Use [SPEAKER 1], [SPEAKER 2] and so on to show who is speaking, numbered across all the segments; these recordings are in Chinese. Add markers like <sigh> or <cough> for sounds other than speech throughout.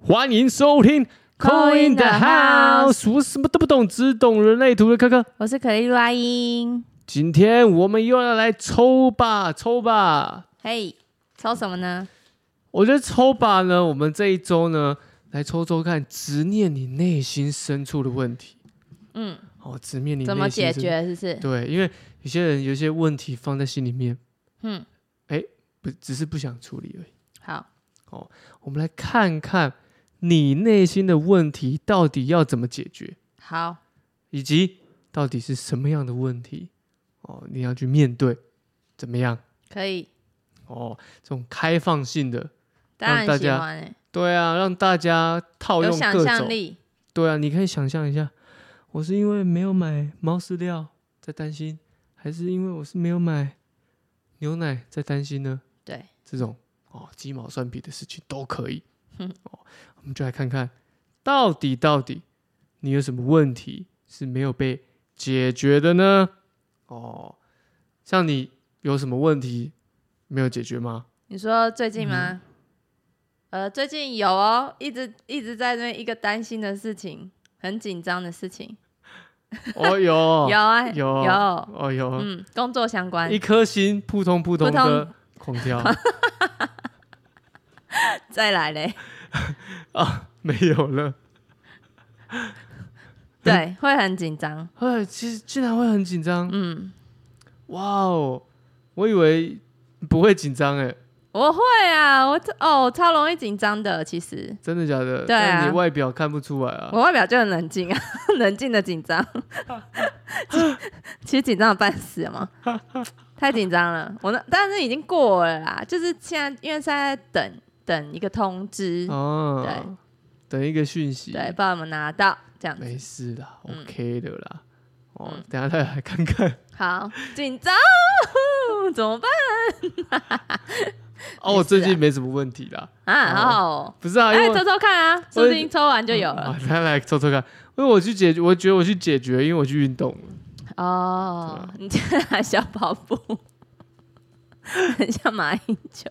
[SPEAKER 1] 欢迎收听《Call in the House》，我什么都不懂，只懂人类图的科科。
[SPEAKER 2] 我是可丽露阿英。
[SPEAKER 1] 今天我们又要来抽吧，抽吧！
[SPEAKER 2] 嘿、抽什么呢？
[SPEAKER 1] 我觉得抽吧呢，我们这一周呢，来抽抽看直面你内心深处的问题。
[SPEAKER 2] 嗯，
[SPEAKER 1] 哦，直面你
[SPEAKER 2] 怎么
[SPEAKER 1] 内心
[SPEAKER 2] 解
[SPEAKER 1] 深？
[SPEAKER 2] 决？是不是？
[SPEAKER 1] 对，因为有些人有些问题放在心里面，
[SPEAKER 2] 嗯，
[SPEAKER 1] 不只是不想处理而已。哦
[SPEAKER 2] 好，
[SPEAKER 1] 我们来看看你内心的问题到底要怎么解决。
[SPEAKER 2] 好，
[SPEAKER 1] 以及到底是什么样的问题哦，你要去面对，怎么样
[SPEAKER 2] 可以。
[SPEAKER 1] 哦？这种开放性的，
[SPEAKER 2] 当然
[SPEAKER 1] 让大
[SPEAKER 2] 喜
[SPEAKER 1] 家
[SPEAKER 2] 欢、欸，
[SPEAKER 1] 对啊，让大家套
[SPEAKER 2] 有
[SPEAKER 1] 用
[SPEAKER 2] 想
[SPEAKER 1] 各
[SPEAKER 2] 象
[SPEAKER 1] 种，
[SPEAKER 2] 力。
[SPEAKER 1] 对啊，你可以想象一下，我是因为没有买猫饲料在担心，还是因为我是没有买牛奶在担心呢？
[SPEAKER 2] 对，
[SPEAKER 1] 这种哦鸡毛蒜皮的事情都可
[SPEAKER 2] <laughs>
[SPEAKER 1] 以。
[SPEAKER 2] 嗯
[SPEAKER 1] 哦，我们就来看看到底到底你有什么问题是没有被解决的呢？哦，像你有什么问题没有解决吗？
[SPEAKER 2] 你说最
[SPEAKER 1] 嗯
[SPEAKER 2] 近吗？呃，最近有哦，一直一直在那一个担心的事情，很紧张的事情，
[SPEAKER 1] 哦，有
[SPEAKER 2] <laughs> 有啊，
[SPEAKER 1] 有
[SPEAKER 2] 有，
[SPEAKER 1] 哦有、
[SPEAKER 2] 嗯，工作相关
[SPEAKER 1] 一，颗心扑通扑通
[SPEAKER 2] 扑通
[SPEAKER 1] 的狂
[SPEAKER 2] <laughs>
[SPEAKER 1] 跳
[SPEAKER 2] 再
[SPEAKER 1] <laughs>
[SPEAKER 2] 来嘞，
[SPEAKER 1] 啊， <laughs> 没有了。
[SPEAKER 2] 对，会很紧张，
[SPEAKER 1] 哎，其实竟然会很紧张，
[SPEAKER 2] 嗯，
[SPEAKER 1] 哇哦！我以为不会紧张哎，
[SPEAKER 2] 我会啊，我哦，超容易紧张的，其实，
[SPEAKER 1] 真的假的？
[SPEAKER 2] 对啊
[SPEAKER 1] 但你外表看不出来啊。
[SPEAKER 2] <laughs> 我外表就很冷静啊， <laughs> 冷静的紧张，其其实紧张的半死
[SPEAKER 1] <laughs>
[SPEAKER 2] 嘛，太紧张了。我那但是已经过了啦，就是现在，因为现在在等等一个通知，
[SPEAKER 1] 哦，等一个讯息，
[SPEAKER 2] 对，不知道有没有拿到这样
[SPEAKER 1] 没
[SPEAKER 2] 子。
[SPEAKER 1] 事啦、
[SPEAKER 2] 嗯
[SPEAKER 1] o k 的啦。哦，
[SPEAKER 2] 嗯
[SPEAKER 1] 等一下再来看 <laughs> 看。
[SPEAKER 2] 好紧张， <laughs> 怎么办
[SPEAKER 1] 哦，我最近没什么问题啦，
[SPEAKER 2] 啊？
[SPEAKER 1] 哦
[SPEAKER 2] 好好哦，
[SPEAKER 1] 不是啊，因
[SPEAKER 2] 哎，
[SPEAKER 1] 为
[SPEAKER 2] 抽
[SPEAKER 1] 我
[SPEAKER 2] 抽看啊，说不定抽完就有
[SPEAKER 1] 啊
[SPEAKER 2] 了
[SPEAKER 1] 等一下来抽抽看，因为我去解决，我觉得我去解决，因为我去运动了。哎
[SPEAKER 2] 哦。
[SPEAKER 1] 啊
[SPEAKER 2] 你竟然还想跑步， <laughs> 很像马英九。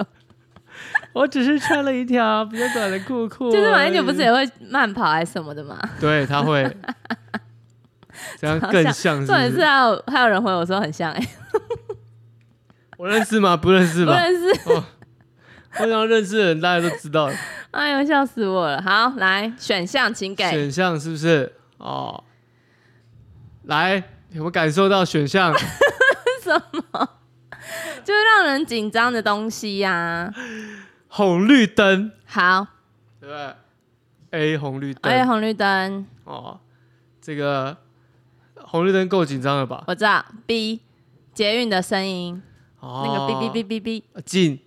[SPEAKER 1] 我只是穿了一条比较短的裤 <laughs> 裤而已，
[SPEAKER 2] 就是马英九不是也会慢跑还是什么的吗？
[SPEAKER 1] 对，他会 <laughs> 这样更像是
[SPEAKER 2] 重
[SPEAKER 1] 不
[SPEAKER 2] 点是还有还有人回我说很像哎、
[SPEAKER 1] 我认识吗？不认识
[SPEAKER 2] 不
[SPEAKER 1] 吧？
[SPEAKER 2] 认识，
[SPEAKER 1] 我想认识的人大家都知道，
[SPEAKER 2] 哎呦笑死我了。好，来选项请给
[SPEAKER 1] 选项是不是？哦，来，有没有感受到选项？
[SPEAKER 2] 就是让人紧张的东西呀、
[SPEAKER 1] 红绿灯，
[SPEAKER 2] 好，
[SPEAKER 1] 对不对？A 红绿灯，
[SPEAKER 2] 而且红绿灯，
[SPEAKER 1] 哦，这个红绿灯够紧张了吧？
[SPEAKER 2] 我知道 B 捷运的声音，
[SPEAKER 1] 哦，
[SPEAKER 2] 那个哔哔哔哔哔，
[SPEAKER 1] 哔，警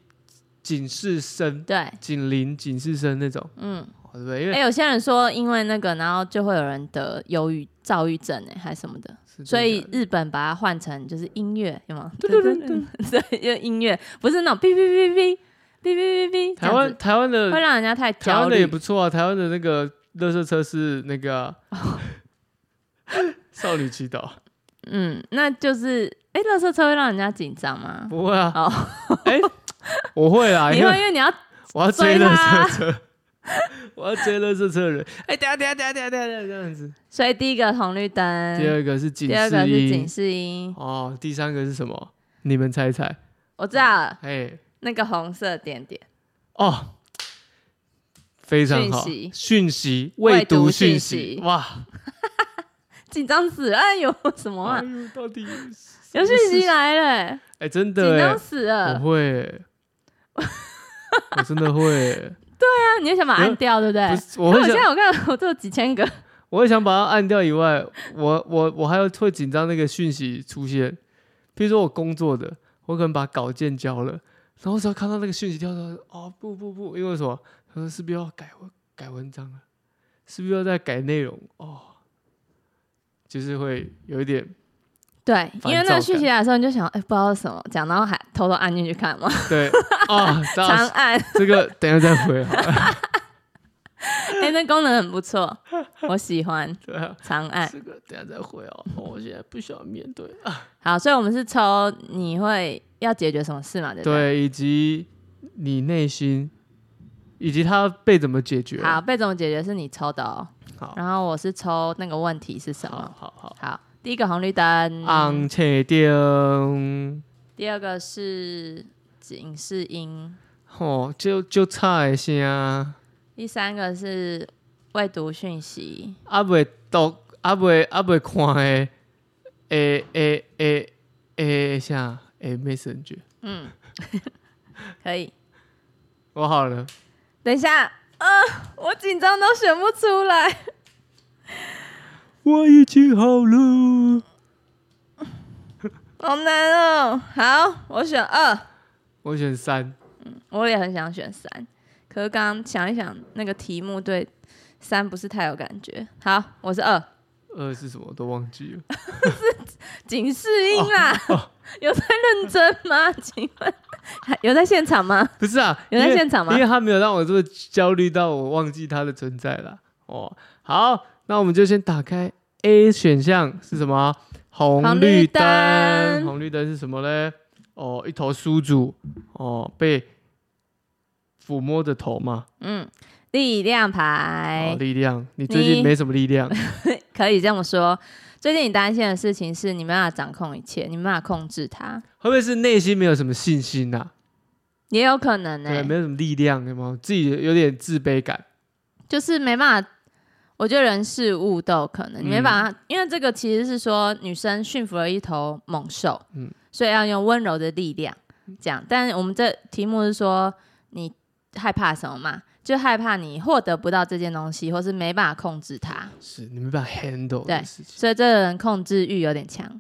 [SPEAKER 1] 警示声、
[SPEAKER 2] 对，
[SPEAKER 1] 警铃、警示声那种，
[SPEAKER 2] 嗯，
[SPEAKER 1] 哦对不对？因
[SPEAKER 2] 哎、
[SPEAKER 1] 为
[SPEAKER 2] 有些人说因为那个，然后就会有人得忧郁、躁郁症哎、还什么的，
[SPEAKER 1] 是真的
[SPEAKER 2] 所以
[SPEAKER 1] 假的
[SPEAKER 2] 日本把它换成就是音乐，有吗？
[SPEAKER 1] 对对对
[SPEAKER 2] 对， <laughs> 对，就音乐，不是那种哔哔哔哔哔哔哔哔，
[SPEAKER 1] 台湾台湾
[SPEAKER 2] 这样子会
[SPEAKER 1] 的
[SPEAKER 2] 让人家太
[SPEAKER 1] 台
[SPEAKER 2] 焦
[SPEAKER 1] 湾的
[SPEAKER 2] 虑
[SPEAKER 1] 也。不错啊，台湾的那个乐色车是那个啊、
[SPEAKER 2] <laughs>
[SPEAKER 1] 少女祈祷，
[SPEAKER 2] 嗯，那就是，哎、垃圾车会让人家紧张吗？
[SPEAKER 1] 不会啊，
[SPEAKER 2] 哦，
[SPEAKER 1] 哎、我会
[SPEAKER 2] <laughs>
[SPEAKER 1] 啊，
[SPEAKER 2] 你
[SPEAKER 1] 因
[SPEAKER 2] 会
[SPEAKER 1] 为
[SPEAKER 2] 因为你要
[SPEAKER 1] 我要追
[SPEAKER 2] 追
[SPEAKER 1] 乐
[SPEAKER 2] 他
[SPEAKER 1] 色车。 <laughs> 我要追乐色车的人，哎、等一下等一下等一下等一下等一下这样子。
[SPEAKER 2] 所以第一个红绿
[SPEAKER 1] 第
[SPEAKER 2] 灯，
[SPEAKER 1] 二个是警
[SPEAKER 2] 嗯第二个
[SPEAKER 1] 示
[SPEAKER 2] 是警
[SPEAKER 1] 音，
[SPEAKER 2] 示音，
[SPEAKER 1] 哦，第三个是什么？你们猜猜？
[SPEAKER 2] 我知道了
[SPEAKER 1] 哎，
[SPEAKER 2] 那个红色点点，
[SPEAKER 1] 哦，非常好，
[SPEAKER 2] 讯息
[SPEAKER 1] 讯息
[SPEAKER 2] 未
[SPEAKER 1] 未读
[SPEAKER 2] 读
[SPEAKER 1] 讯
[SPEAKER 2] 讯
[SPEAKER 1] 息
[SPEAKER 2] 息，
[SPEAKER 1] 哇！
[SPEAKER 2] 紧张死了，哎呦，什么啊
[SPEAKER 1] 哎？呦，到底
[SPEAKER 2] 有讯息
[SPEAKER 1] 啊？
[SPEAKER 2] 来了，
[SPEAKER 1] 哎，真
[SPEAKER 2] 紧
[SPEAKER 1] 的
[SPEAKER 2] 张
[SPEAKER 1] 哎，
[SPEAKER 2] 死
[SPEAKER 1] 我
[SPEAKER 2] 了。
[SPEAKER 1] 会，我真
[SPEAKER 2] <laughs>
[SPEAKER 1] 的会，
[SPEAKER 2] 那你就想把它按掉，对不对
[SPEAKER 1] 不？是，我会
[SPEAKER 2] 那我现
[SPEAKER 1] 想，
[SPEAKER 2] 在我看我都有几
[SPEAKER 1] <laughs>
[SPEAKER 2] 千个，
[SPEAKER 1] 我会想把它按掉以外，我我我还有会紧张那个讯息出现，比如说我工作的，我可能把稿件交了，然后只要看到那个讯息跳出来，哦不不不，因为什么？他说是不是要改文改文章了？是不是要再改内容？哦，就是会有一点
[SPEAKER 2] 对，
[SPEAKER 1] 躁
[SPEAKER 2] 因为那个
[SPEAKER 1] 感
[SPEAKER 2] 讯息来的时候，你就想，哎，不知道是什么讲，然后还偷偷按进去看嘛，
[SPEAKER 1] 对啊，张老
[SPEAKER 2] <laughs> 长
[SPEAKER 1] 师
[SPEAKER 2] 按，
[SPEAKER 1] 这个等一下再回啊好了，
[SPEAKER 2] 哎，那功能很不错，我喜欢
[SPEAKER 1] 对
[SPEAKER 2] <laughs>
[SPEAKER 1] 啊，
[SPEAKER 2] 长按。
[SPEAKER 1] 这个等一下再回哦，我现在不想面对啊，
[SPEAKER 2] 好，所以我们是抽你会要解决什么事嘛，对不对？
[SPEAKER 1] 对，以及你内心以及它被怎么解决。
[SPEAKER 2] 好，被怎么解决是你抽的哦。
[SPEAKER 1] 好
[SPEAKER 2] 然后我是抽那个问题是什
[SPEAKER 1] 好
[SPEAKER 2] 么？
[SPEAKER 1] 好好，
[SPEAKER 2] 好，第一个红绿灯，
[SPEAKER 1] 昂切丁，
[SPEAKER 2] 第二个是警示音，
[SPEAKER 1] 哦，就就差一些啊，
[SPEAKER 2] 第三个是未读讯息，
[SPEAKER 1] 啊未读啊未啊未看的，诶诶诶诶啥诶 messenger，
[SPEAKER 2] 嗯，可以。
[SPEAKER 1] 我好了，
[SPEAKER 2] 等一下，呃，我紧张都选不出来。 <laughs>
[SPEAKER 1] 我已经好了，
[SPEAKER 2] 好难哦！好，我选二，
[SPEAKER 1] 我选三，
[SPEAKER 2] 我也很想选三，可是刚刚想一想，那个题目对三不是太有感觉。好，我是二，
[SPEAKER 1] 二是什么我都忘记了，
[SPEAKER 2] 警示音啦，
[SPEAKER 1] 哦
[SPEAKER 2] <laughs> 有在认真吗？ <laughs> 请问还有在现场吗？
[SPEAKER 1] 不是啊，
[SPEAKER 2] 有在
[SPEAKER 1] 因为
[SPEAKER 2] 现场吗
[SPEAKER 1] 因为他没有让我这么焦虑到我忘记他的存在了。哦，好，那我们就先打开 A 选项是什么啊？红
[SPEAKER 2] 红
[SPEAKER 1] 绿
[SPEAKER 2] 绿
[SPEAKER 1] 灯，
[SPEAKER 2] 灯
[SPEAKER 1] 红绿灯是什么嘞？哦，一头梳子，哦，被抚摸着头嘛。
[SPEAKER 2] 嗯，力量
[SPEAKER 1] 哦，
[SPEAKER 2] 牌
[SPEAKER 1] 力量，你最近
[SPEAKER 2] 哎你
[SPEAKER 1] 没什么力量。
[SPEAKER 2] 可以这么说。最近你担心的事情是你没办法掌控一切，你没办法控制它，
[SPEAKER 1] <laughs> 会不会是内心没有什么信心呐、
[SPEAKER 2] 也有可能欸呢、
[SPEAKER 1] 对，没有什么力量，有吗？自己有点自卑感。
[SPEAKER 2] 就是没办法。我觉得人事物都有可能，你没办法，因为这个其实是说女生驯服了一头猛兽，
[SPEAKER 1] 嗯
[SPEAKER 2] 所以要用温柔的力量这样。但我们这题目是说你害怕什么嘛？就害怕你获得不到这件东西，或是没办法控制它，
[SPEAKER 1] 是，你没办法 handle
[SPEAKER 2] 对
[SPEAKER 1] 的事情。
[SPEAKER 2] 所以这个人控制欲有点强。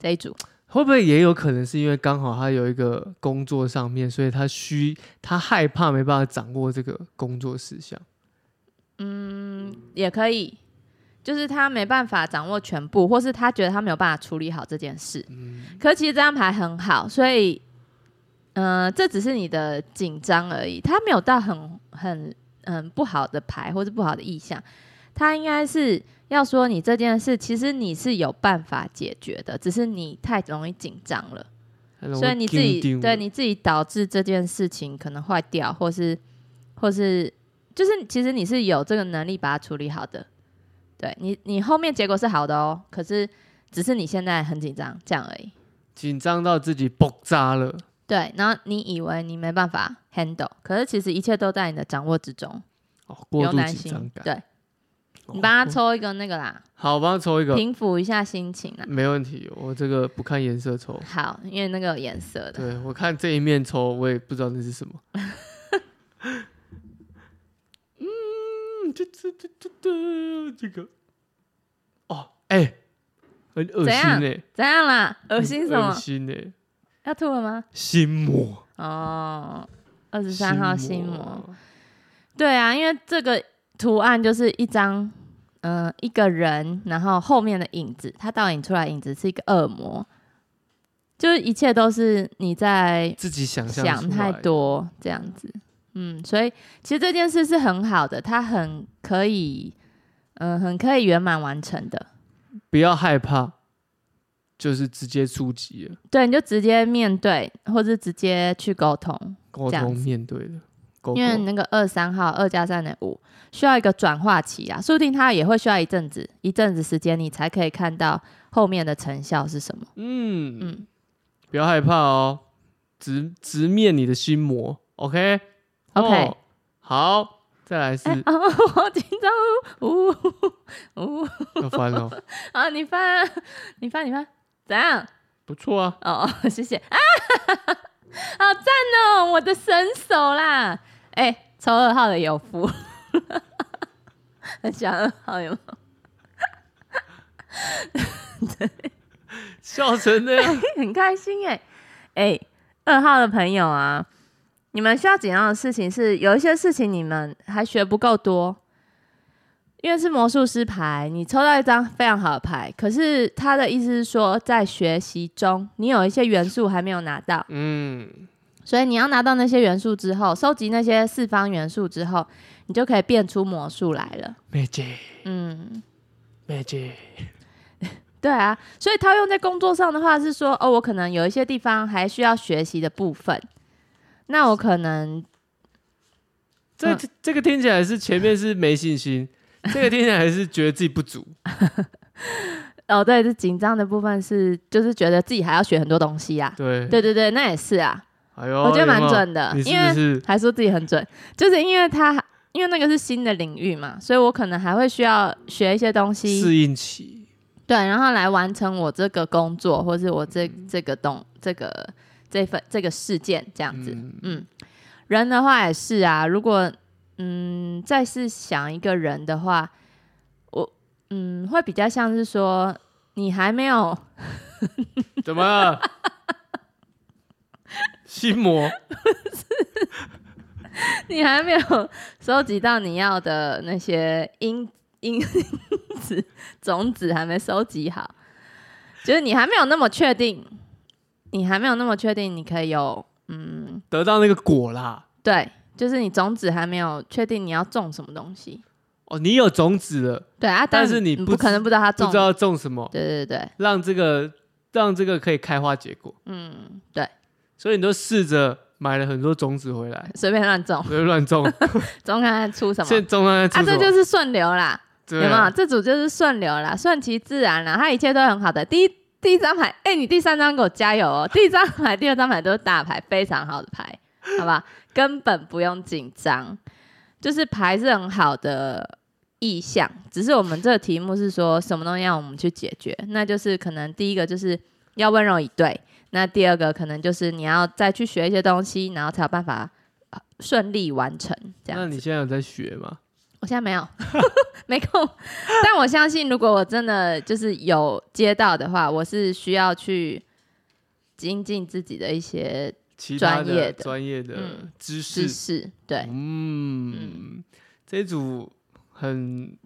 [SPEAKER 2] 这一组
[SPEAKER 1] 会不会也有可能是因为刚好他有一个工作上面，所以他需他害怕没办法掌握这个工作事项？
[SPEAKER 2] 也可以，就是他没办法掌握全部，或是他觉得他没有办法处理好这件事。可其实这张牌很好，所以，呃，这只是你的紧张而已，他没有到很很很不好的牌或是不好的意向，他应该是要说你这件事其实你是有办法解决的，只是你太容易紧张了，
[SPEAKER 1] 那种
[SPEAKER 2] 所以你自己
[SPEAKER 1] 紧张
[SPEAKER 2] 对你自己导致这件事情可能坏掉，或是或是就是其实你是有这个能力把它处理好的，对你你后面结果是好的哦，可是只是你现在很紧张这样而已。
[SPEAKER 1] 紧张到自己爆炸了，
[SPEAKER 2] 对，然后你以为你没办法 handle，可是其实一切都在你的掌握之中，
[SPEAKER 1] 哦，
[SPEAKER 2] 不
[SPEAKER 1] 过
[SPEAKER 2] 用
[SPEAKER 1] 度
[SPEAKER 2] 担
[SPEAKER 1] 紧张
[SPEAKER 2] 心。
[SPEAKER 1] 感。
[SPEAKER 2] 对
[SPEAKER 1] 哦
[SPEAKER 2] 你帮
[SPEAKER 1] 哦
[SPEAKER 2] 他抽一个那个啦，
[SPEAKER 1] 好，我帮他抽一个，
[SPEAKER 2] 平复一下心情啦。
[SPEAKER 1] 没问题。我这个不看颜色抽，
[SPEAKER 2] 好，因为那个有颜色的，
[SPEAKER 1] 对我看这一面抽，我也不知道那是什
[SPEAKER 2] <laughs>
[SPEAKER 1] 么。嗯，这这这这这这个，哦，哎、很恶心
[SPEAKER 2] 怎样
[SPEAKER 1] 哎、
[SPEAKER 2] 怎样啦？恶心什
[SPEAKER 1] 恶
[SPEAKER 2] 么？
[SPEAKER 1] 心哎、
[SPEAKER 2] 要吐了吗？
[SPEAKER 1] 心魔，
[SPEAKER 2] 哦，二十三号心魔。
[SPEAKER 1] 魔，
[SPEAKER 2] 对啊，因为这个图案就是一张，嗯、一个人，然后后面的影子，它倒影出来的影子是一个恶魔，就是一切都是你在
[SPEAKER 1] 自己想象
[SPEAKER 2] 想
[SPEAKER 1] 出
[SPEAKER 2] 太
[SPEAKER 1] 来，
[SPEAKER 2] 多这样子。嗯，所以其实这件事是很好的，它很可以，嗯、很可以圆满完成的。
[SPEAKER 1] 不要害怕，就是直接出击了，
[SPEAKER 2] 对，你就直接面对，或是直接去沟通，
[SPEAKER 1] 沟
[SPEAKER 2] 这样
[SPEAKER 1] 通
[SPEAKER 2] 子
[SPEAKER 1] 面对的，沟
[SPEAKER 2] 因为
[SPEAKER 1] 通
[SPEAKER 2] 那个二三号二加三等于五需要一个转化期啊，说不定它也会需要一阵子一阵子时间，你才可以看到后面的成效是什么。
[SPEAKER 1] 嗯嗯
[SPEAKER 2] 嗯，
[SPEAKER 1] 不要害怕哦，直直面你的心魔，OK
[SPEAKER 2] OK
[SPEAKER 1] 哦好，再来是
[SPEAKER 2] <laughs> 哎、哦，好紧张哦，呜呜
[SPEAKER 1] 要翻了，
[SPEAKER 2] 啊！你翻，你翻，你翻，怎样？
[SPEAKER 1] 不错啊，
[SPEAKER 2] 哦， <laughs> 哦谢谢啊，好赞哦，我的神手啦！哎、抽二号的有福， <laughs> 很喜欢二号有没有？
[SPEAKER 1] 笑成那
[SPEAKER 2] <laughs>
[SPEAKER 1] 样，
[SPEAKER 2] 很开心哎、哎、二号的朋友啊，你们需要紧张的事情是有一些事情你们还学不够多，因为是魔术师牌，你抽到一张非常好的牌，可是他的意思是说，在学习中你有一些元素还没有拿到，
[SPEAKER 1] 嗯，
[SPEAKER 2] 所以你要拿到那些元素之后，收集那些四方元素之后，你就可以变出魔术来了。
[SPEAKER 1] 妹姐
[SPEAKER 2] 嗯，
[SPEAKER 1] 妹姐，
[SPEAKER 2] 对啊，所以套用在工作上的话是说，哦，我可能有一些地方还需要学习的部分，那我可能
[SPEAKER 1] 这、
[SPEAKER 2] 嗯
[SPEAKER 1] 这个听起来是前面是没信
[SPEAKER 2] <laughs>
[SPEAKER 1] 心，这个听起来是觉得自己不足。
[SPEAKER 2] 哦，对，这紧张的部分是就是觉得自己还要学很多东西呀、
[SPEAKER 1] 对，
[SPEAKER 2] 对对对，那也是啊，
[SPEAKER 1] 哎呦，
[SPEAKER 2] 我觉得蛮
[SPEAKER 1] 有没有
[SPEAKER 2] 准的，
[SPEAKER 1] 你是
[SPEAKER 2] 因为
[SPEAKER 1] 不是？
[SPEAKER 2] 还说自己很准，就是因为他因为那个是新的领域嘛，所以我可能还会需要学一些东西，
[SPEAKER 1] 适应期，
[SPEAKER 2] 对，然后来完成我这个工作，或是我这
[SPEAKER 1] 嗯
[SPEAKER 2] 这个东这个这份这个事件这样子。
[SPEAKER 1] 嗯，
[SPEAKER 2] 嗯，人的话也是啊，如果嗯再是想一个人的话，我嗯会比较像是说你还没有 <laughs>
[SPEAKER 1] 怎么 <laughs> 了？心魔，
[SPEAKER 2] 你还没有收集到你要的那些因因子种子还没收集好，就是你还没有那么确定，你还没有那么确定你可以有嗯
[SPEAKER 1] 得到那个果啦。
[SPEAKER 2] 对，就是你种子还没有确定你要种什么东西，
[SPEAKER 1] 哦，你有种子了，
[SPEAKER 2] 对啊，
[SPEAKER 1] 但
[SPEAKER 2] 但
[SPEAKER 1] 是你
[SPEAKER 2] 不
[SPEAKER 1] 不
[SPEAKER 2] 可能不知道它
[SPEAKER 1] 不
[SPEAKER 2] 种
[SPEAKER 1] 知，道种什么，
[SPEAKER 2] 对对对，
[SPEAKER 1] 让这个让这个可以开花结果，
[SPEAKER 2] 嗯对，
[SPEAKER 1] 所以你都试着买了很多种子回来，
[SPEAKER 2] 随便乱种，
[SPEAKER 1] 不要乱
[SPEAKER 2] <laughs>
[SPEAKER 1] 种，
[SPEAKER 2] 种看看出什么
[SPEAKER 1] 现在种在
[SPEAKER 2] 啊，
[SPEAKER 1] 出什
[SPEAKER 2] 这
[SPEAKER 1] 么？
[SPEAKER 2] 就是顺流啦。
[SPEAKER 1] 对
[SPEAKER 2] 有没有？
[SPEAKER 1] 啊
[SPEAKER 2] 这组就是顺流啦，顺其自然啦，它一切都很好的。第一第一张牌，哎、你第三张给我加油哦！ <laughs> 第一张牌、第二张牌都是大牌，非常好的牌，好吧？根本不用紧张，就是牌是很好的意向。只是我们这个题目是说什么东西让我们去解决，那就是可能第一个就是要温柔以对，那第二个可能就是你要再去学一些东西，然后才有办法呃顺利完成这样
[SPEAKER 1] 那
[SPEAKER 2] 子。
[SPEAKER 1] 你现在有在学吗？
[SPEAKER 2] 我现在没有， <laughs> 没空。但我相信，如果我真的就是有接到的话，我是需要去精进自己的一些
[SPEAKER 1] 其他
[SPEAKER 2] 专业
[SPEAKER 1] 的
[SPEAKER 2] 的
[SPEAKER 1] 专业的
[SPEAKER 2] 嗯
[SPEAKER 1] 知识
[SPEAKER 2] 知，识。对，
[SPEAKER 1] 嗯，这一组很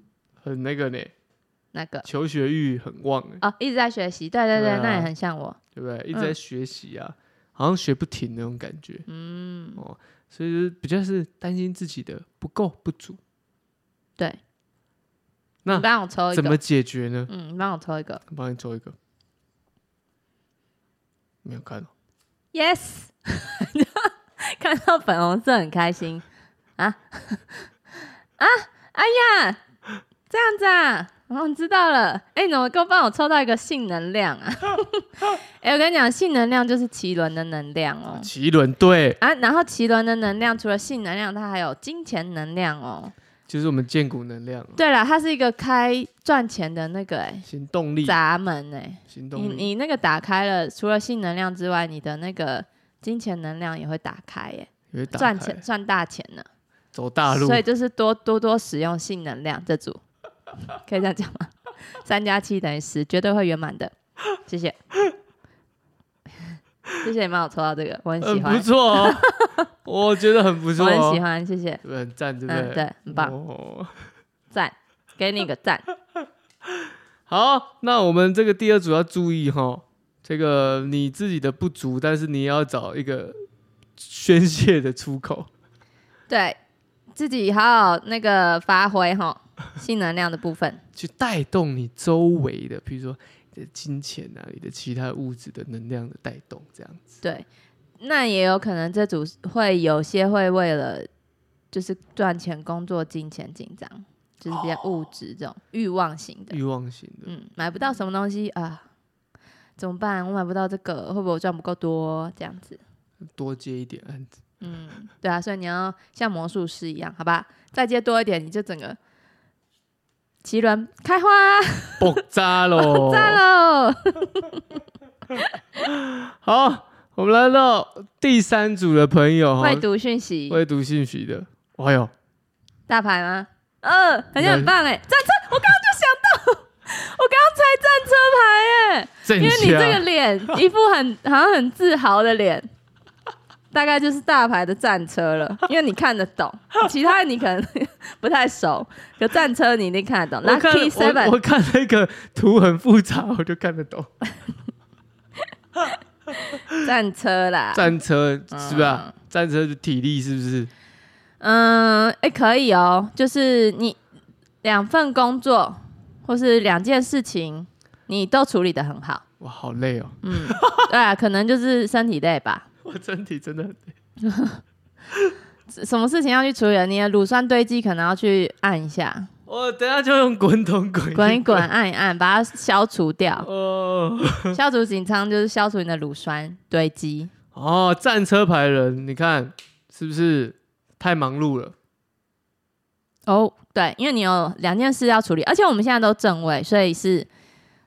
[SPEAKER 1] 很那个呢，
[SPEAKER 2] 那个
[SPEAKER 1] 求学欲很旺哎，
[SPEAKER 2] 哦，一直在学习。对对对，
[SPEAKER 1] 对啊
[SPEAKER 2] 那也很像我。
[SPEAKER 1] 对不对？一直在学习啊，好像学不停那种感觉，
[SPEAKER 2] 嗯，
[SPEAKER 1] 哦，所以就是比较是担心自己的不够不足，
[SPEAKER 2] 对。
[SPEAKER 1] 那
[SPEAKER 2] 你帮我抽一
[SPEAKER 1] 啊怎么
[SPEAKER 2] 个。
[SPEAKER 1] 解决呢？
[SPEAKER 2] 嗯，你帮我抽一个。
[SPEAKER 1] 我帮你抽一个，没有看哦到，
[SPEAKER 2] Yes，看到粉红色很开心啊 <laughs> 啊！哎呀，这样子啊，我、知道了。哎、你怎么够帮我抽到一个性能量啊？ <laughs> 哎、我跟你讲，性能量就是奇轮的能量哦。
[SPEAKER 1] 奇轮对，
[SPEAKER 2] 啊，然后奇轮的能量除了性能量，它还有金钱能量哦。
[SPEAKER 1] 就是我们建股能量啊，
[SPEAKER 2] 对了，它是一个开赚钱的那个哎、
[SPEAKER 1] 行动力，
[SPEAKER 2] 闸门哎、
[SPEAKER 1] 行
[SPEAKER 2] 你
[SPEAKER 1] 动力，
[SPEAKER 2] 你那个打开了，除了性能量之外，你的那个金钱能量也会打开哎耶、
[SPEAKER 1] 也会打
[SPEAKER 2] 赚
[SPEAKER 1] 开
[SPEAKER 2] 钱赚大钱呢、
[SPEAKER 1] 走大路
[SPEAKER 2] 所，以就是多多多使用性能量这组，可以这样讲吗？三加七等于十，绝对会圆满的。谢谢，谢谢你帮我抽到这个，我很
[SPEAKER 1] 很
[SPEAKER 2] 喜
[SPEAKER 1] 不
[SPEAKER 2] 欢，
[SPEAKER 1] 错哦，我觉得很不错
[SPEAKER 2] 我很喜
[SPEAKER 1] 哦，
[SPEAKER 2] 欢，谢谢，
[SPEAKER 1] 对不对很赞，对不
[SPEAKER 2] 嗯，
[SPEAKER 1] 对？
[SPEAKER 2] 对，很棒，
[SPEAKER 1] 哦
[SPEAKER 2] 赞，给你个赞。
[SPEAKER 1] 好，那我们这个第二组要注意哈，这个你自己的不足，但是你也要找一个宣泄的出口。 <laughs>
[SPEAKER 2] 对自己好好那个发挥哈，性能量的部分。
[SPEAKER 1] 去带动你周围的，比如说你的金钱啊，你的其他物质的能量的带动，这样子。
[SPEAKER 2] 对，那也有可能这组会有些会为了就是赚钱、工作、金钱紧张，就是比较物质这种欲望型的。
[SPEAKER 1] 欲望型的，
[SPEAKER 2] 嗯，买不到什么东西啊，怎么办？我买不到这个，会不会我赚不够多？这样子，
[SPEAKER 1] 多接一点案子，
[SPEAKER 2] 嗯，对啊，所以你要像魔术师一样，好吧？再接多一点，你就整个奇轮开花，
[SPEAKER 1] 爆炸
[SPEAKER 2] <laughs>
[SPEAKER 1] 喽！
[SPEAKER 2] 赞喽！
[SPEAKER 1] 好，我们来到第三组的朋友哈
[SPEAKER 2] <laughs> 会，读讯息，
[SPEAKER 1] 未读信息的，哎呦，
[SPEAKER 2] 大牌吗？呃，很像很棒哎，战车，我刚刚就想到，我刚刚猜战车牌哎、
[SPEAKER 1] 正啊
[SPEAKER 2] 因为你这个
[SPEAKER 1] 向
[SPEAKER 2] 脸，一副很好像很自豪的脸，大概就是大牌的战车了，因为你看得懂，其他你可能 <laughs> 不太熟，可战车你一定看得懂。
[SPEAKER 1] 我看
[SPEAKER 2] Lucky
[SPEAKER 1] 我
[SPEAKER 2] Seven，
[SPEAKER 1] 我看那个图很复杂，我就看得懂。
[SPEAKER 2] 战车啦，
[SPEAKER 1] 战车是吧
[SPEAKER 2] 嗯？
[SPEAKER 1] 战车的体力是不是？
[SPEAKER 2] 嗯，哎、可以哦，就是你两份工作或是两件事情，你都处理的很好，
[SPEAKER 1] 哇，好累
[SPEAKER 2] <laughs>
[SPEAKER 1] 哦，
[SPEAKER 2] 嗯，对啊，可能就是身体累吧。
[SPEAKER 1] 我身体真的很累。
[SPEAKER 2] 什么事情要去处理了，你的乳酸堆积可能要去按
[SPEAKER 1] <laughs>
[SPEAKER 2] 一下，
[SPEAKER 1] 我哦等一下就用滚筒滚
[SPEAKER 2] 滚一滚，按一按，把它消除
[SPEAKER 1] <laughs>
[SPEAKER 2] 掉。
[SPEAKER 1] 哦
[SPEAKER 2] 消除紧张就是消除你的乳酸堆积。
[SPEAKER 1] 哦，战车牌人，你看是不是太忙碌了？
[SPEAKER 2] 哦、对，因为你有两件事要处理，而且我们现在都正位，所以是，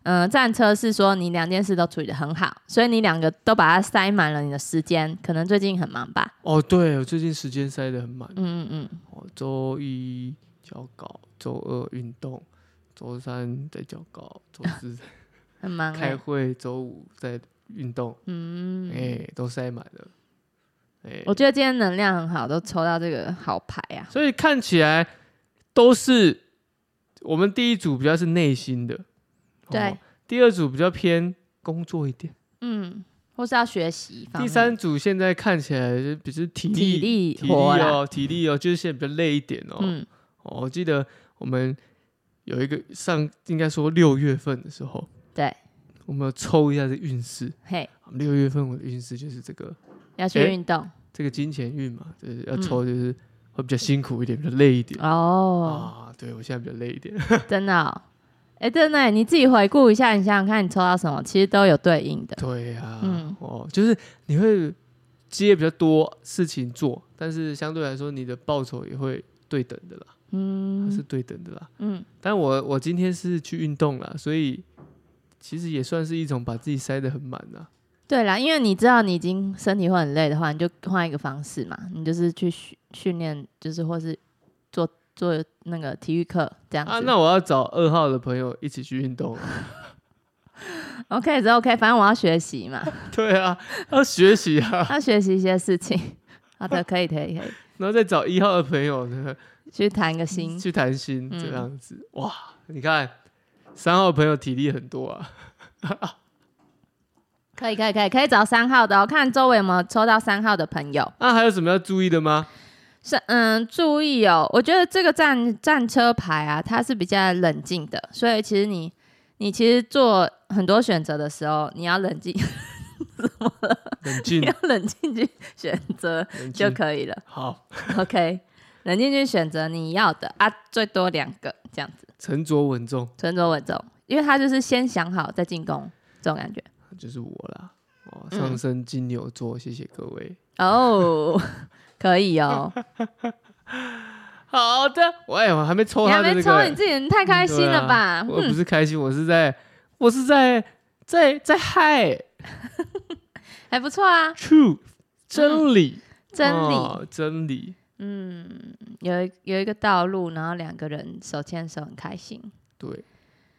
[SPEAKER 2] 嗯、战车是说你两件事都处理的很好，所以你两个都把它塞满了你的时间，可能最近很忙吧。
[SPEAKER 1] 哦，对，我最近时间塞得很满。
[SPEAKER 2] 嗯嗯嗯，
[SPEAKER 1] 哦，周一交稿，周二运动，周三再交稿，周
[SPEAKER 2] <laughs>
[SPEAKER 1] 四
[SPEAKER 2] 很忙欸、
[SPEAKER 1] 开会，周五再运动，哎、
[SPEAKER 2] 嗯，
[SPEAKER 1] 都塞满了。哎、
[SPEAKER 2] 我觉得今天能量很好，都抽到这个好牌啊。
[SPEAKER 1] 所以看起来都是我们第一组比较是内心的，哦
[SPEAKER 2] 对，
[SPEAKER 1] 第二组比较偏工作一点，
[SPEAKER 2] 嗯，或是要学习方
[SPEAKER 1] 第
[SPEAKER 2] 面。
[SPEAKER 1] 三组现在看起来是比是体力
[SPEAKER 2] 体力
[SPEAKER 1] 体力
[SPEAKER 2] 活啦，
[SPEAKER 1] 哦，体力哦，就是现在比较累一点哦。
[SPEAKER 2] 嗯，
[SPEAKER 1] 哦，我记得我们有一个上，应该说六月份的时候，
[SPEAKER 2] 对，
[SPEAKER 1] 我们有抽一下这运势。
[SPEAKER 2] 嘿，
[SPEAKER 1] 六月份我的运势就是这个
[SPEAKER 2] 要去
[SPEAKER 1] 诶
[SPEAKER 2] 运动、
[SPEAKER 1] 这个金钱运嘛，就是要抽就是会比较辛苦一点，比较累一点。
[SPEAKER 2] 嗯哦，
[SPEAKER 1] 啊，对我现在比较累一点。
[SPEAKER 2] 真的、哦，哎、真的欸，你自己回顾一下，你想想看，你抽到什么，其实都有对应的。
[SPEAKER 1] 对呀、
[SPEAKER 2] 嗯
[SPEAKER 1] 哦，就是你会接比较多事情做，但是相对来说你的报酬也会对等的啦，它啊是
[SPEAKER 2] 嗯
[SPEAKER 1] 对等的啦。
[SPEAKER 2] 嗯，
[SPEAKER 1] 但我我今天是去运动啦，所以其实也算是一种把自己塞得很满啊啦。
[SPEAKER 2] 对啦，因为你知道你已经身体会很累的话，你就换一个方式嘛，你就是去训训练，就是或是做做那个体育课这样子。
[SPEAKER 1] 啊，那我要找二号的朋友一起去运动
[SPEAKER 2] <laughs>
[SPEAKER 1] 啊。
[SPEAKER 2] OK 是 OK，反正我要学习嘛，
[SPEAKER 1] 对啊，要学习啊，
[SPEAKER 2] 要学习一些事情。 <laughs> 好的，可以可以可以，
[SPEAKER 1] 然后再找一号的朋友呢
[SPEAKER 2] 去谈个心。
[SPEAKER 1] 去谈心，
[SPEAKER 2] 嗯
[SPEAKER 1] 这样子。哇，你看三号的朋友体力很多啊。
[SPEAKER 2] 可以可以可以可以找三号的、哦，看周围有没有抽到三号的朋友。
[SPEAKER 1] 那、啊还有什么要注意的吗？
[SPEAKER 2] 是嗯，注意哦，我觉得这个战战车牌啊，它是比较冷静的，所以其实你你其实做很多选择的时候，你要冷静，
[SPEAKER 1] 冷
[SPEAKER 2] 你
[SPEAKER 1] 静，
[SPEAKER 2] <laughs> 要冷静去选择
[SPEAKER 1] 冷
[SPEAKER 2] 就
[SPEAKER 1] 静。
[SPEAKER 2] 可以了。
[SPEAKER 1] 好。
[SPEAKER 2] OK，冷静去选择你要的啊，最多两个这样子，
[SPEAKER 1] 沉着稳重
[SPEAKER 2] 沉着稳重，因为他就是先想好再进攻这种感觉。
[SPEAKER 1] 就是我啦。哦，
[SPEAKER 2] 嗯
[SPEAKER 1] 上升金牛座，谢谢各位。
[SPEAKER 2] 哦、
[SPEAKER 1] <laughs>
[SPEAKER 2] 可以哦，
[SPEAKER 1] 好的，喂，我还没抽
[SPEAKER 2] 你
[SPEAKER 1] 他
[SPEAKER 2] 还
[SPEAKER 1] 的
[SPEAKER 2] 没
[SPEAKER 1] 这
[SPEAKER 2] 抽
[SPEAKER 1] 个啊
[SPEAKER 2] 你，自己人太开心了吧？
[SPEAKER 1] 我
[SPEAKER 2] 嗯
[SPEAKER 1] 不是开心，我是在，我是在在在嗨
[SPEAKER 2] 还不错啊，
[SPEAKER 1] truth 真理
[SPEAKER 2] 真理。
[SPEAKER 1] 哦真理。
[SPEAKER 2] 嗯，有一有一个道路，然后两个人手牵手很开心，
[SPEAKER 1] 对，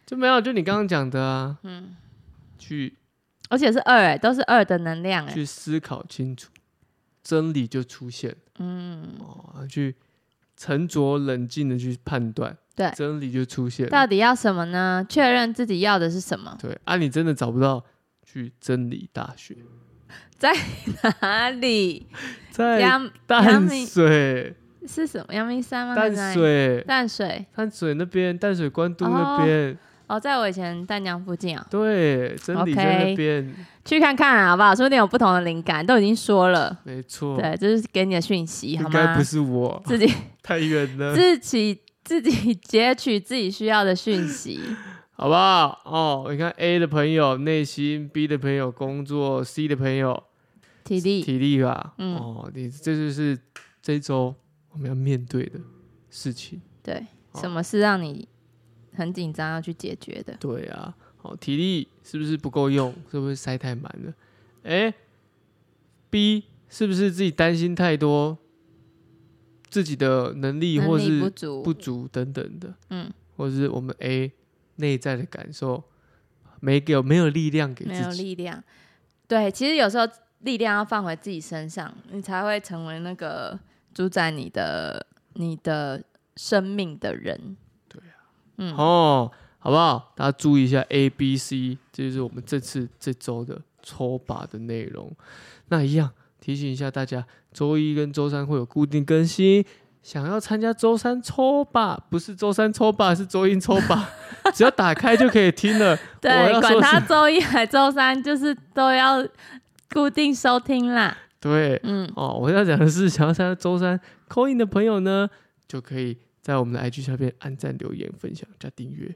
[SPEAKER 1] 就没有就你刚刚讲的啊，
[SPEAKER 2] 嗯
[SPEAKER 1] 去
[SPEAKER 2] 而且是二哎、都是二的能量哎、
[SPEAKER 1] 去思考清楚，真理就出现
[SPEAKER 2] 嗯，
[SPEAKER 1] 哦，去沉着冷静的去判断，
[SPEAKER 2] 对
[SPEAKER 1] 真理就出现了。
[SPEAKER 2] 到底要什么呢？确认自己要的是什么，
[SPEAKER 1] 对啊，你真的找不到，去真理大学，
[SPEAKER 2] 哪里？
[SPEAKER 1] 在
[SPEAKER 2] 阳阳
[SPEAKER 1] 淡
[SPEAKER 2] 明
[SPEAKER 1] 水，
[SPEAKER 2] 是什么？阳明山吗？还
[SPEAKER 1] 淡
[SPEAKER 2] 是哪里，
[SPEAKER 1] 水，
[SPEAKER 2] 淡水
[SPEAKER 1] 淡水那边，淡水关渡那边，
[SPEAKER 2] 哦，在我以前淡江附近啊、
[SPEAKER 1] 对，真理
[SPEAKER 2] OK
[SPEAKER 1] 在那边
[SPEAKER 2] 去看看啊好不好？说不定有不同的灵感，都已经说了，
[SPEAKER 1] 没错，
[SPEAKER 2] 对，这是给你的讯息好
[SPEAKER 1] 哦应
[SPEAKER 2] 吗
[SPEAKER 1] 该不？是我，
[SPEAKER 2] 自己
[SPEAKER 1] 太远了，
[SPEAKER 2] 自己自己截取自己需要的讯息，
[SPEAKER 1] 好不好？哦，你看 A 的朋友内心，B 的朋友工作，C 的朋友
[SPEAKER 2] 体
[SPEAKER 1] <laughs>
[SPEAKER 2] 力，
[SPEAKER 1] 体力吧，
[SPEAKER 2] 嗯
[SPEAKER 1] 哦，你这就是这一周我们要面对的事情，
[SPEAKER 2] 对。
[SPEAKER 1] 哦
[SPEAKER 2] 什么是让你很紧张要去解决的？
[SPEAKER 1] 对啊，哦，体力是不是不够用？是不是塞太满了？哎，B 是不是自己担心太多，自己的能力
[SPEAKER 2] 能
[SPEAKER 1] 或
[SPEAKER 2] 力不
[SPEAKER 1] 是
[SPEAKER 2] 足，
[SPEAKER 1] 不足等等的，
[SPEAKER 2] 嗯，
[SPEAKER 1] 或是我们 A 内在的感受没给没有力量给
[SPEAKER 2] 没有
[SPEAKER 1] 自己，
[SPEAKER 2] 力量。对，其实有时候力量要放回自己身上，你才会成为那个主宰你的你的生命的人。
[SPEAKER 1] 对
[SPEAKER 2] 啊，嗯，
[SPEAKER 1] 哦，好不好？大家注意一下 A、B、C，这就是我们这次这周的抽把的内容。那一样提醒一下大家，周一跟周三会有固定更新。想要参加周三抽把，不是周三抽把，是周一抽把，只要打开就可以听了。我
[SPEAKER 2] 对，
[SPEAKER 1] 要
[SPEAKER 2] 管
[SPEAKER 1] 说
[SPEAKER 2] 他
[SPEAKER 1] 是，
[SPEAKER 2] 周一还周三，就是都要固定收听啦。
[SPEAKER 1] 对
[SPEAKER 2] 嗯，
[SPEAKER 1] 哦，我要讲的是，想要参加周三扣印的朋友呢，就可以在我们的 IG 下面按赞、留言、分享加订阅，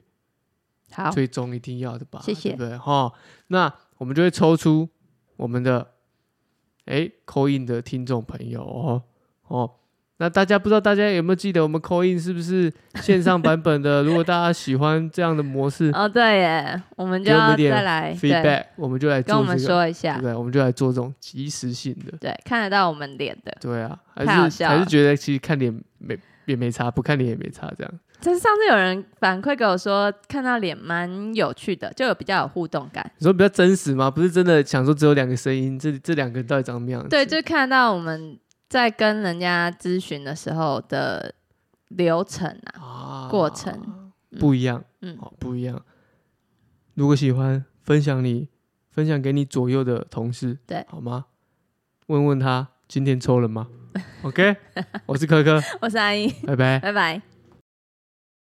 [SPEAKER 2] 好，
[SPEAKER 1] 最终一定要的吧？
[SPEAKER 2] 谢谢
[SPEAKER 1] 对不对？哈，那我们就会抽出我们的哎扣印的听众朋友哦哦。那大家不知道大家有没有记得我们扣印是不是线上版本
[SPEAKER 2] <laughs>
[SPEAKER 1] 的？如果大家喜欢这样的模式
[SPEAKER 2] 哦对耶，我们就
[SPEAKER 1] 给我们
[SPEAKER 2] 要
[SPEAKER 1] 点
[SPEAKER 2] 再来对，
[SPEAKER 1] ，feedback 我们就来做
[SPEAKER 2] 跟我
[SPEAKER 1] 这个，
[SPEAKER 2] 们说一
[SPEAKER 1] 对
[SPEAKER 2] 下
[SPEAKER 1] 不，对？我们就来做这种即时性的。
[SPEAKER 2] 对，看得到我们脸的。
[SPEAKER 1] 对啊，还
[SPEAKER 2] 太好
[SPEAKER 1] 是
[SPEAKER 2] 笑
[SPEAKER 1] 还是
[SPEAKER 2] 了
[SPEAKER 1] 觉得其实看脸没也没差，不看脸也没差，这样
[SPEAKER 2] 但是上次有人反馈给我说，看到脸蛮有趣的，就有比较有互动感。
[SPEAKER 1] 你说比较真实吗？不是真的想说只有两个声音，这这两个人到底长什么样子？
[SPEAKER 2] 对，就看到我们在跟人家咨询的时候的流程啊，
[SPEAKER 1] 啊
[SPEAKER 2] 过程 <laughs>
[SPEAKER 1] 不一样，
[SPEAKER 2] 嗯
[SPEAKER 1] 哦，不一样。如果喜欢，分享你分享给你左右的同事，
[SPEAKER 2] 对
[SPEAKER 1] 好吗？
[SPEAKER 2] <laughs>
[SPEAKER 1] 问问他今天抽了吗？OK，我是可可，
[SPEAKER 2] 我是阿英，
[SPEAKER 1] 拜拜。
[SPEAKER 2] 拜拜。